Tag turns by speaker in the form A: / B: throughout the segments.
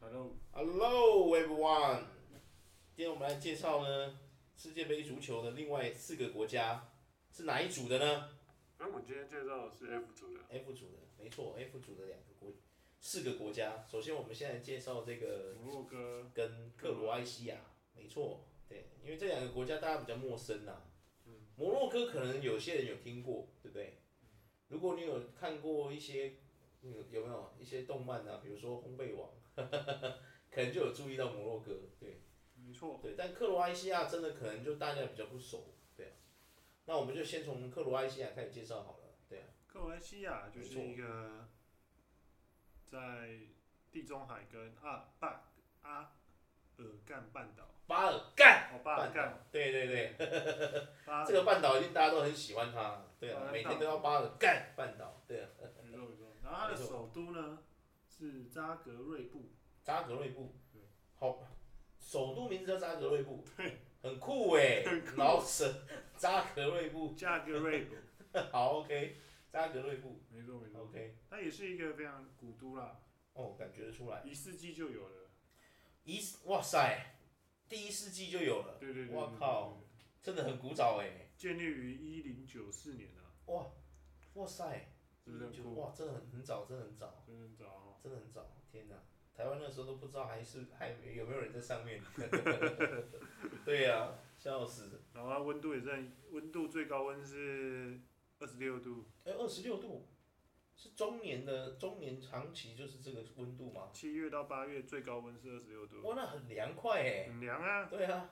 A: Hello，
B: Hello everyone，今天我们来介绍呢世界杯足球的另外四个国家是哪一组的呢
C: 那我们今天介绍的是 F 组的，
B: ？F 组的，没错，F 组的两个国四个国家。首先我们现在介绍这个
C: 摩洛哥，
B: 跟克罗埃西亚，没错，对，因为这两个国家大家比较陌生呐、摩洛哥可能有些人有听过，对不对？如果你有看过一些，嗯，有没有一些动漫啊？比如说《烘焙王》，可能就有注意到摩洛哥，对。
C: 没错，
B: 对，但克罗埃西亚真的可能就大家比较不熟，对啊。那我们就先从克罗埃西亚开始介绍好了，对啊，
C: 克罗埃西亚就
B: 没
C: 是
B: 错
C: 一个在地中海跟阿巴阿尔干半岛，
B: 巴尔干
C: 哦，巴尔干，，
B: 对对对，
C: 巴尔
B: 这个半岛一定大家都很喜欢它，对
C: 巴尔
B: 啊，
C: 干
B: 每天都要巴尔干半岛，对啊，
C: 没错没错。然后它的
B: 没错
C: 首都呢是扎格瑞布，
B: 扎格瑞布
C: 对，
B: 好，首都名字叫扎格瑞布，很酷哎、 老舍，扎格瑞布，
C: 扎格瑞布，
B: 好 OK，扎格瑞布
C: 没错没错，
B: OK，
C: 它也是一个非常古都啦，
B: 哦，感觉得出来，
C: 一世纪就有了，
B: 一哇塞，第一世纪就有了，
C: 对对对，
B: 哇
C: 对对
B: 靠
C: 对对
B: 真的很古早哎、
C: 建立于一零九四年啊，
B: 哇，哇塞，
C: 是不是很
B: 就
C: 酷？
B: 哇，真的很很早，真的很早，
C: 真的很早哦。
B: 真的很早，天哪！台湾那时候都不知道还是还有没有人在 上面。 对呀、啊，笑死！
C: 然后它温度也在，温度最高温是二十六度，
B: 哎、二十六度，是中年的中年长期就是这个温度吗？
C: 七月到八月最高温是二十六度，
B: 哇，那很凉快哎、
C: 很凉啊。
B: 对啊，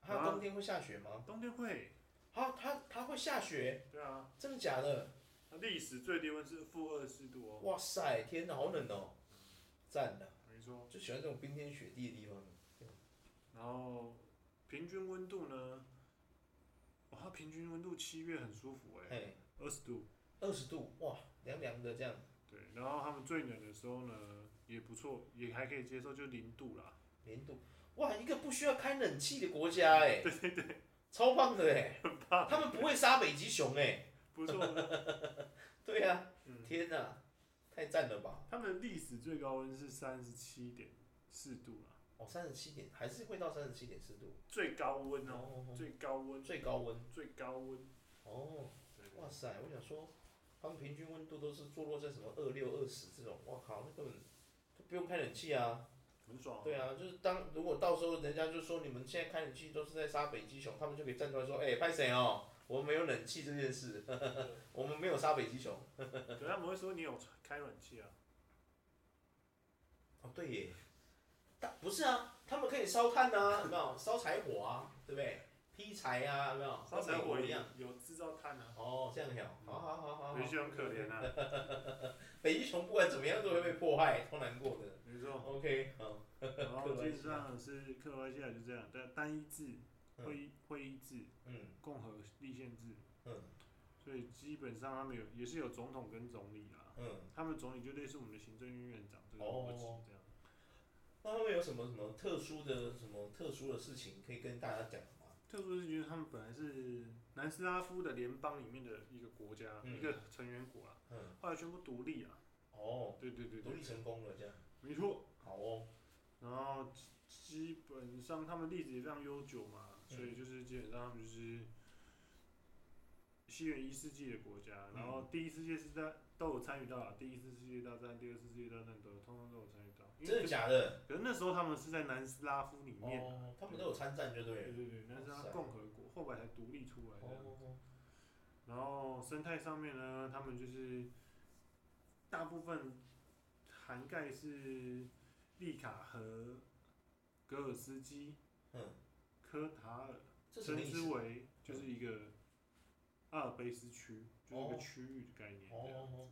B: 它
C: 啊
B: 冬天会下雪吗？
C: 冬天会，
B: 啊，它它会下雪，
C: 对啊，
B: 真的假的？
C: 它历史最低温是负二十四度哦。
B: 哇塞，天哪，好冷哦！赞的，
C: 没错，
B: 就喜欢这种冰天雪地的地方。
C: 然后平均温度呢？哇，它平均温度七月很舒服哎、
B: 哎，
C: 二十度。
B: 二十度，哇，凉凉的这样。
C: 对，然后他们最冷的时候呢，也不错，也还可以接受，就零度啦。
B: 零度，哇，一个不需要开冷气的国家哎、 对对对，超棒的哎、他们不会杀北极熊哎、
C: 不错，
B: 对呀、
C: 嗯
B: 天哪、太赞了吧！
C: 他们历史最高温是三十七点四度啦，
B: 哦，三十七点还是会到三十七点四度，
C: 最高温哦，
B: 哦，
C: 最高温，
B: 最高温
C: 最高温。
B: 哦，哇塞，我想说，他们平均温度都是坐落在什么二六二十这种，哇靠，那根本就不用开冷气啊。
C: 很爽、
B: 对，啊，就是当如果到时候人家就说你们现在开冷气都是在杀北极熊，他们就可以站出来说，哎、拍谁哦？ 我们没有冷气这件事， 我们没有杀北极熊。
C: 可能他们会说你有开暖气啊，
B: 哦，对耶，但不是啊，他们可以烧炭啊， 有没有？烧柴火啊，对不对？劈柴啊，有没有？
C: 烧柴
B: 跟美
C: 火
B: 国一
C: 也
B: 样。
C: 有制造碳啊，
B: 哦，这样呀，好好好好好
C: 北。极熊可怜 啊，
B: 北极熊不管怎么样都会被迫害，超难过的。
C: 没错。
B: OK，好，
C: 然后基本上是克罗埃西亚就这样，但单一制、
B: 嗯
C: 会议会议制、
B: 嗯
C: 共和立宪制，
B: 嗯
C: 所以基本上他们有也是有总统跟总理啊，
B: 嗯，
C: 他们总理就类似我们的行政院院长这个
B: 哦
C: 逻辑这样。
B: 那他们有什么什么特殊的什么特殊的事情可以跟大家讲的吗？
C: 特殊是因为他们本来是南斯拉夫的联邦里面的一个国家，
B: 嗯
C: 一个成员国啊，
B: 嗯，
C: 后来宣布独立啊。
B: 哦，
C: 对对对
B: 独
C: 对，
B: 立成功了，这样。
C: 没错。
B: 好哦，
C: 然后基基本上他们历史也非常悠久嘛，
B: 嗯
C: 所以就是基本上他们就是西元一世纪的国家。
B: 嗯
C: 然后第一世界是在都有参与到啊，第一次世界大战、第二次世界大战都有通通都有参与到。因为
B: 真的假的？
C: 可是那时候他们是在南斯拉夫里面，
B: 哦，他们都有参战就对
C: 对
B: 了。
C: 对对，南斯拉夫共和国后来才独立出来的。
B: 哦，
C: 然后生态上面呢，他们就是大部分涵盖是利卡和格尔斯基。
B: 嗯，
C: 科塔尔
B: 这什么
C: 称
B: 意思嗯
C: 之？为就是一个阿尔卑斯区，就是一
B: 哦
C: 个区域的概念这样。
B: 哦，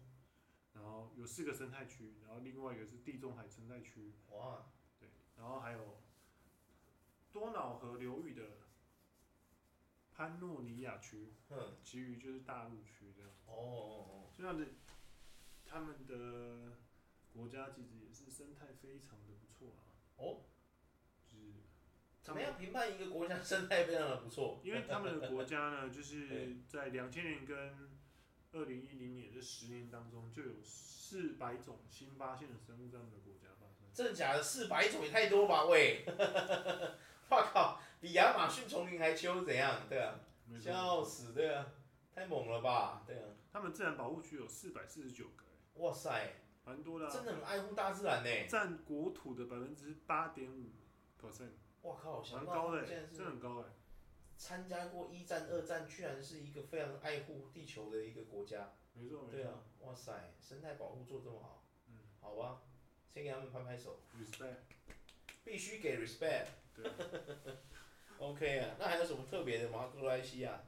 C: 然后有四个生态区，然后另外一个是地中海生态区，
B: 哇，哦
C: 对，然后还有多瑙河流域的潘诺尼亚区，
B: 嗯，
C: 其余就是大陆区这样。
B: 哦哦
C: 这样的他们的国家其实也是生态非常的不错啊，
B: 哦哦，
C: 就是
B: 怎么样评判一个国家生态非常的不错？
C: 因为他们的国家呢，就
B: 对
C: 是在两千年跟二零一零年这十年当中，就有四百种新发现的生物在我们的国家发生。
B: 真的假的？四百种也太多吧？喂， 我靠，比亚马逊丛林还秋怎样？对啊，
C: 没错，
B: 笑死，对啊，太猛了吧？对啊，
C: 他们自然保护区有四百四十九个、欸，
B: 哇塞，
C: 蛮多的、
B: 真
C: 啊，
B: 的很爱护大自然呢。
C: 占国土的百分之八点五 percent，
B: 我靠，想
C: 蛮
B: 不到
C: 高的、
B: 现
C: 欸
B: 在，是
C: 真的很高哎、
B: 参加过一战、二战，居然是一个非常爱护地球的一个国家。
C: 没错没
B: 对
C: 错
B: 啊，哇塞，生态保护做这么好，
C: 嗯
B: 好吧，先给他们拍拍手，
C: ，respect，
B: 必须给 respect。
C: 对，啊
B: OK 啊，那还有什么特别的吗？克罗埃西亚，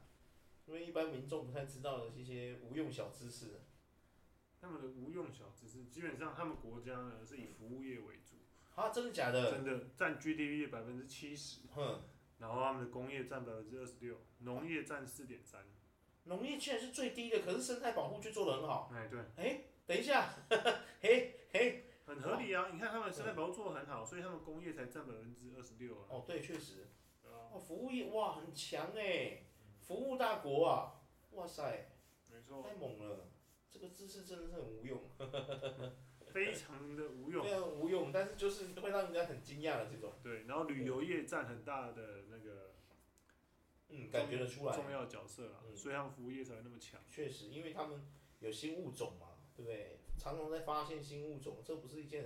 B: 因为一般民众不太知道的一些无用小知识。
C: 他们的无用小知识，基本上他们国家呢是以服务业为主，
B: 啊，真的假的？
C: 真的占 GDP 的百分之七十，
B: 哼，
C: 然后他们的工业占百分之二十六，农业占四点三，
B: 农业居然是最低的，可是生态保护却做得很好。
C: 哎对，
B: 等一下， 嘿嘿，
C: 很合理
B: 哦
C: 啊，你看他们生态保护做得很好，所以他们工业才占百分之二十六啊，
B: 嗯哦，对，确实，
C: 对啊
B: 哦，服务业哇很强哎，服务大国啊，哇塞，
C: 没错，
B: 太猛了，这个知识真的是很无用。
C: 非常的无用
B: 非。常无用，但是就是会让人家很惊讶的这种，
C: 对，然后旅游业占很大的那个
B: 嗯，感觉得出
C: 重
B: 来，
C: 要角色啦，
B: 嗯
C: 所以他们服务业才会那么强。
B: 确实，因为他们有新物种嘛，对不对？常常在发现新物种，这不是一件，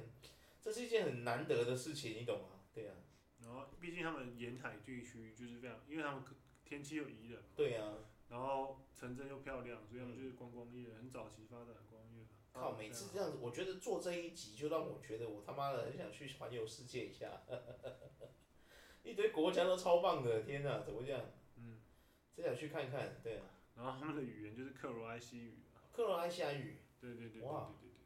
B: 这是一件很难得的事情，你懂吗？对呀、啊，
C: 然后，毕竟他们沿海地区就是非常，因为他们可天气又宜人嘛，
B: 对呀、啊，
C: 然后城镇又漂亮，所以他们就是观光业，很早期发展的观光业啊。
B: 靠，每次这样子，我觉得做这一集就让我觉得我他妈的很想去环游世界一下， 一堆国家都超棒的，天哪，怎么会这样？
C: 嗯，
B: 真想去看看，对啊，
C: 然后他们的语言就是克罗埃西语啊，
B: 克罗埃西亚语，
C: 对对对对对
B: 哇
C: 对对。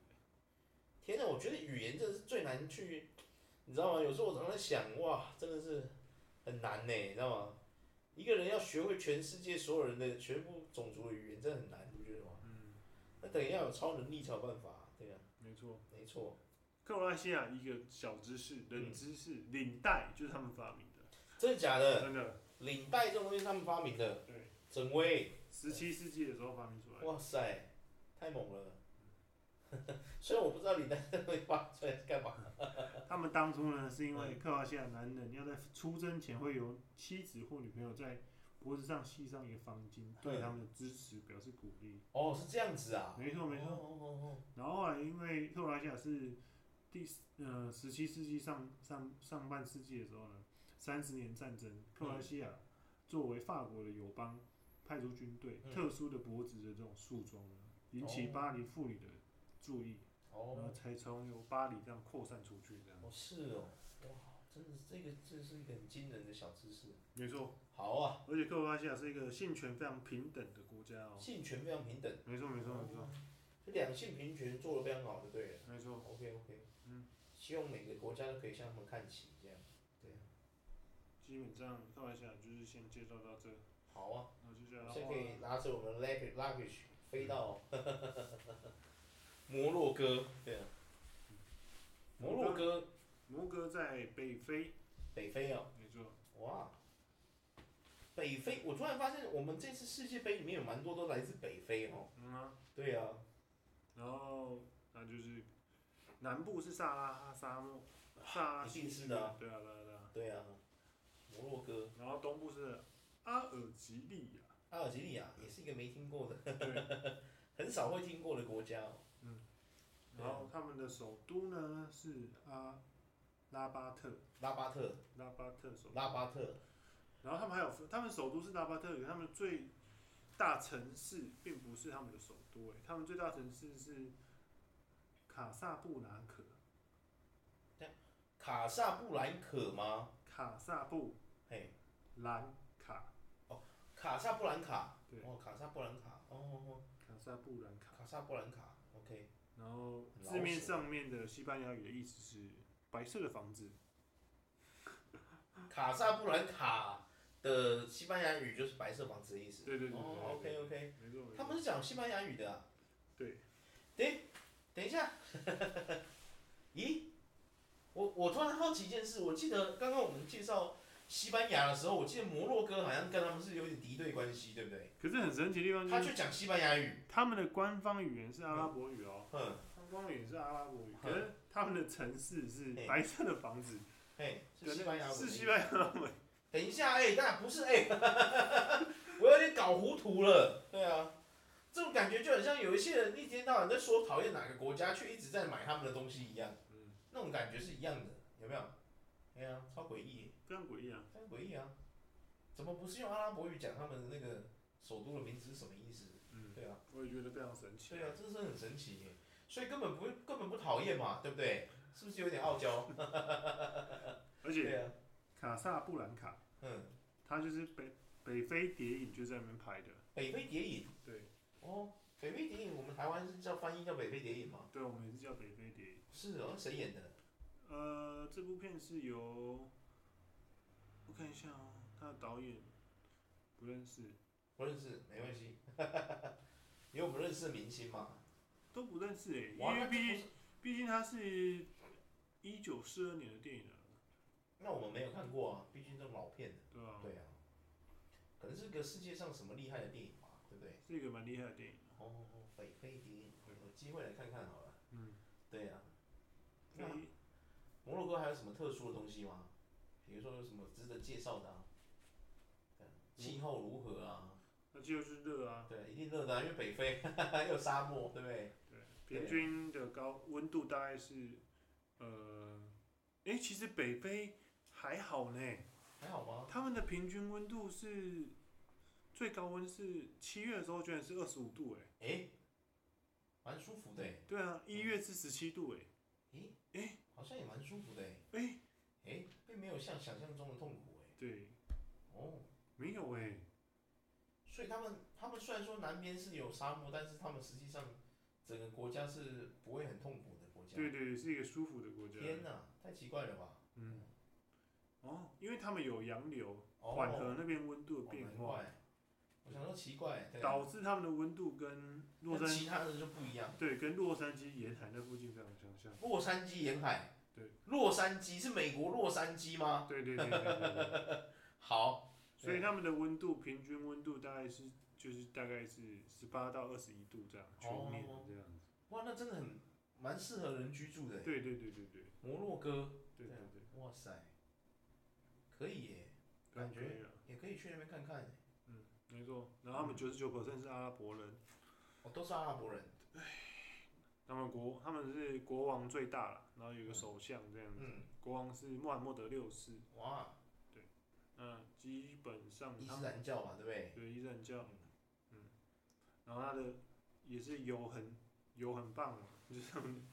B: 天呐，我觉得语言真的是最难去，你知道吗？有时候我常常在想，哇，真的是很难呢，你知道吗？一个人要学会全世界所有人的全部种族的语言，真的很难，你不觉得吗？
C: 嗯，
B: 那等一下有超能力才有办法，对呀、
C: 没错。
B: 没错，
C: 克罗埃西亚一个小知
B: 嗯
C: 识，冷知识，领带就是他们发明的，
B: 真的假的？
C: 真的。
B: 领带这种东西是他们发明的，
C: 对，
B: 整威，
C: 十七世纪的时候发明出来的。
B: 哇塞，太猛了！ 虽然我不知道领带这东西发出来是干嘛，
C: 他们当初呢，是因
B: 嗯
C: 为克罗西亚男人要在出征前会有妻子或女朋友在脖子上系上一个方巾，对他们的支持表示鼓励。
B: 哦，是这样子嗯啊，
C: 没错没错。
B: 哦哦哦哦
C: 然后后来因为克罗西亚是第呃十七世纪上上上半世纪的时候呢，三十年战争，克罗西亚作为法国的友邦派出军队，
B: 嗯
C: 特殊的脖子的这种束装呢，引起
B: 哦
C: 巴黎妇女的注意，然后
B: 哦，
C: 才从由巴黎这样扩散出去这样。
B: 哦是哦，哇，真的是这个这是一个很惊人的小知识。
C: 没错。
B: 好啊，
C: 而且克罗埃西亚是一个性权非常平等的国家哦。
B: 性权非常平等，
C: 没错，没错，没错，
B: 哦就两性平权做得非常好，就对了。
C: 没错。
B: OK OK，
C: 嗯，
B: 希望每个国家都可以向他们看齐，这样。
C: 基本上克罗埃西亚就是先介绍到这，
B: 好啊，
C: 然后接下
B: 我
C: 来的
B: 们现在可以
C: 话，
B: 拿着我们的 luggage luggage 飞到 摩洛哥，对啊，摩洛哥
C: 摩哥在北非，
B: 北非啊，
C: 没错，
B: 哇，北非，我突然发现我们这次世界杯里面有蛮多都来自北非哦。
C: 嗯啊，
B: 对啊，
C: 然后那就是南部是撒哈拉沙漠，撒哈拉
B: 一
C: 地区
B: 定是的啊
C: 对啊，对啊，对啊，
B: 对啊，摩洛哥、
C: 然后东部是阿尔及利亚，
B: 阿尔及利亚也是一个没听过的。
C: 对，
B: 很少会听过的国家、哦。啊
C: 然后他们的首都呢是阿拉巴特，
B: 拉巴特，
C: 拉巴特首都。
B: 拉巴特，
C: 然后他们还有分，他们首都是拉巴特，他们最大城市并不是他们的首都、哎，他们最大城市是卡萨布兰可，
B: 卡萨布兰可吗？
C: 卡萨布
B: 嘿，
C: 兰卡，
B: 卡萨布兰卡，
C: 对，
B: 哦，卡萨布兰卡，哦哦哦，
C: 卡萨布兰卡。
B: 卡萨布兰卡，OK，
C: 然后
B: 很老
C: 字面
B: 舍
C: 上面的西班牙语的意思是白色的房子，
B: 卡萨布兰卡的西班牙语就是白色房子的意思。
C: 对对对对
B: 哦
C: 对
B: ，OK OK，
C: 没错没错。
B: 他们是讲西班牙语的、啊。
C: 对，
B: 等等一下， 咦，我我突然好奇一件事，我记得刚刚我们介绍西班牙的时候，我记得摩洛哥好像跟他们是有点敌对关系，对不对？
C: 可是很神奇的地方
B: 他
C: 就
B: 就是讲西班牙语，嗯
C: 他们的官方语言是阿拉伯语哦，
B: 哼，嗯
C: 官方语言是阿拉伯语，可是他们的城市是
B: 嘿
C: 白色的房子，
B: 哎，是
C: 对
B: 西班牙文，
C: 是西班牙文。
B: 等一下，哎、那不是哎、 我有点搞糊涂了。对啊，这种感觉就很像有一些人一天到晚在说讨厌哪个国家，却一直在买他们的东西一样。
C: 嗯，
B: 那种感觉是一样的，有没有？对啊，超诡异，
C: 非常诡异啊！
B: 非常诡异啊！怎么不是用阿拉伯语讲他们的那个首都的名字是什么意思？
C: 嗯，
B: 对啊，
C: 我也觉得非常神奇。
B: 对啊，这是很神奇耶，所以根本不会根本不讨厌嘛，对不对？是不是有点傲娇？
C: 而且
B: 对啊，
C: 卡萨布兰卡，
B: 嗯，
C: 它就是北北非谍影就在那边拍的。
B: 北非谍影
C: 对，
B: 哦，北非谍影，我们台湾是叫翻译叫北非谍影吗？
C: 对，我们也是叫北非谍影。
B: 是哦，谁演的？
C: 呃，这部片是由我看一下哦，它的导演不认识，
B: 不认识， 没关系。因为我们认识的明星嘛。
C: 都不认识诶、
B: 哇
C: 因
B: 那
C: 为
B: 这
C: 毕
B: 不
C: 竟
B: 是
C: 毕竟它是一九四二年的电影啊了、
B: 那我们没有看过啊，毕竟这种老片的。
C: 对吧、
B: 对啊，可能是个世界上什么厉害的电影嘛，对不对？
C: 是一个蛮厉害的电影。啊
B: 哦，北非谍影，有机会来看看好了。
C: 嗯，
B: 对啊，
C: 非
B: 那摩洛哥还有什么特殊的东西吗？比如说有什么值得介绍的啊？对啊气候如何啊？
C: 那就是热啊，
B: 对，一定热的、啊，因为北非 又沙漠，对不对？啊
C: 对，平均的高温度大概是呃，诶，其实北非还好呢，
B: 还好吗？
C: 他们的平均温度是最高温是七月的时候居然是二十五度诶。欸
B: 诶，蛮舒服的、欸，
C: 对啊，一月是十七度欸诶、
B: 咦，
C: 诶
B: 好像也蛮舒服的、欸。
C: 诶，
B: 诶，并没有像想象中的痛苦诶。
C: 哎对，
B: 哦，
C: 没有哎诶、
B: 所以他们他们虽然说南边是有沙漠，但是他们实际上整个国家是不会很痛苦的国家。
C: 对对，是一个舒服的国家。
B: 天哪，太奇怪了吧？
C: 嗯，哦，因为他们有洋流
B: 哦，
C: 缓和那边温度的
B: 哦
C: 变
B: 难
C: 化，
B: 怪我想说奇怪，对啊，
C: 导致他们的温度跟洛
B: 跟
C: 杉
B: 其他的就不一样。
C: 对跟洛杉矶沿海那附近非常相像。
B: 洛杉矶沿海，
C: 对，
B: 洛杉矶是美国洛杉矶吗？
C: 对对对对对 对，
B: 好，
C: 所以他们的温度平均温度大概是就是大概是十八到二十一度这样，全年
B: 哦
C: 这样子。
B: 哇，那真的很蛮适合人居住的欸。
C: 对对对对对
B: 摩洛哥，
C: 对对对，
B: 哇塞，可以耶，感觉
C: 可以啊
B: 也可以去那边看看耶。
C: 嗯，没错。然后他们九十九是阿拉伯人。
B: 哦，都是阿拉伯人。
C: 他们国他们是国王最大了，然后有一个首相这样子。
B: 嗯，
C: 国王是穆罕默德六世，
B: 哇，
C: 嗯，基本上
B: 伊
C: 他
B: 斯
C: 们
B: 兰教嘛，对不对？
C: 对伊斯兰教，嗯，然后他的也是油很油很棒嘛， 就是他们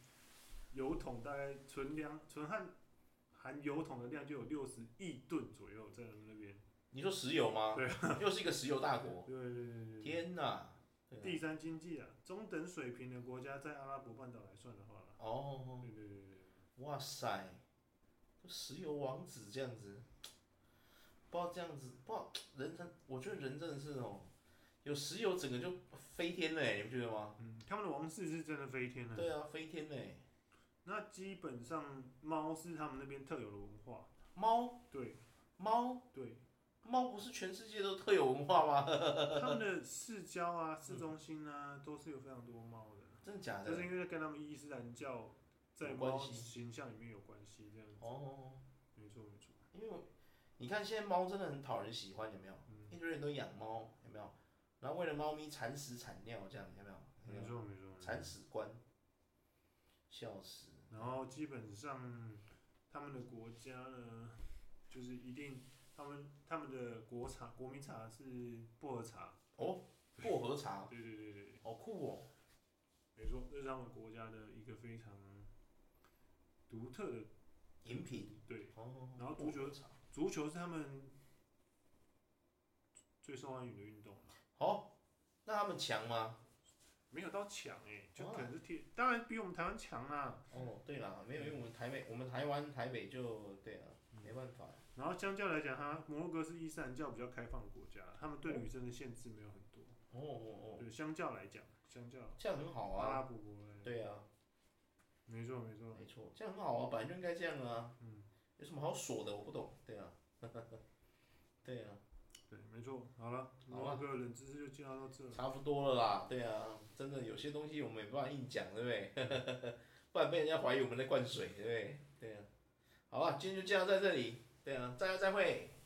C: 油桶大概存量存含含油桶的量就有六十亿吨左右在他们那边。
B: 你说石油吗？
C: 对
B: 又是一个石油大国。
C: 对对 对对对。
B: 天哪！对啊
C: 第三经济啊，中等水平的国家在阿拉伯半岛来算的话啦，
B: 哦，
C: 对对对对对。
B: 哇塞，这石油王子这样子，不知道这样子，不知道人真，我觉得人真的是哦，有石油整个就飞天了耶，你不觉得吗？
C: 嗯，他们的王室是真的飞天了。
B: 对啊，飞天嘞。
C: 那基本上猫是他们那边特有的文化，
B: 猫
C: 对
B: 猫
C: 对，
B: 猫不是全世界都特有文化吗？
C: 他们的市郊啊、
B: 嗯
C: 市中心啊，都是有非常多猫的，
B: 真的假的
C: 就是？因为跟他们伊斯兰教在
B: 啊有关
C: 猫
B: 系
C: 形象里面有关系，这样子，
B: 哦。
C: 没错没错，
B: 因为我你看现在猫真的很讨人喜欢，有没有？
C: 嗯，
B: 一堆人都养猫，有没有？然后为了猫咪铲屎铲尿这样，有没有？
C: 没错没错没错。
B: 铲屎官，笑死！
C: 然后基本上他们的国家呢，就是一定他们他们的国茶国民茶是薄荷茶，
B: 哦，
C: 嗯
B: 薄荷茶，
C: 对对对对，
B: 好酷哦！
C: 没错，这是他们国家的一个非常独特的
B: 饮品
C: 对。
B: 哦，
C: 然后
B: 薄
C: 足
B: 荷
C: 球
B: 茶，
C: 足球是他们最受欢迎的运动啊了，
B: 好，哦那他们强吗？
C: 没有到强哎、就
B: 哦
C: 可能是贴，当然比我们台湾强啊啦。
B: 哦，对啦，没有，因为我们台北，我们台湾台北就对啊，没办法。
C: 然后相较来讲，它摩洛哥是伊斯兰教比较开放的国家，他们对女生的限制没有很多。
B: 哦哦哦，
C: 对，相较来讲，相较
B: 这样很好
C: 阿拉
B: 啊。
C: 伯国来，
B: 对啊，
C: 没错没错
B: 没。错，这样很好啊，本来就应该这样啊。
C: 嗯，
B: 有什么好锁的？我不懂。对啊， 对啊，
C: 对，没错。好了，摩洛哥的冷知识就介
B: 嗯
C: 绍到这了。
B: 差不多了啦。对啊，真的有些东西我们也没办法硬讲，对不对？ 不然被人家怀疑我们在灌水，对不对？对啊，好啊，今天就介绍在这里，对啊，大家再会。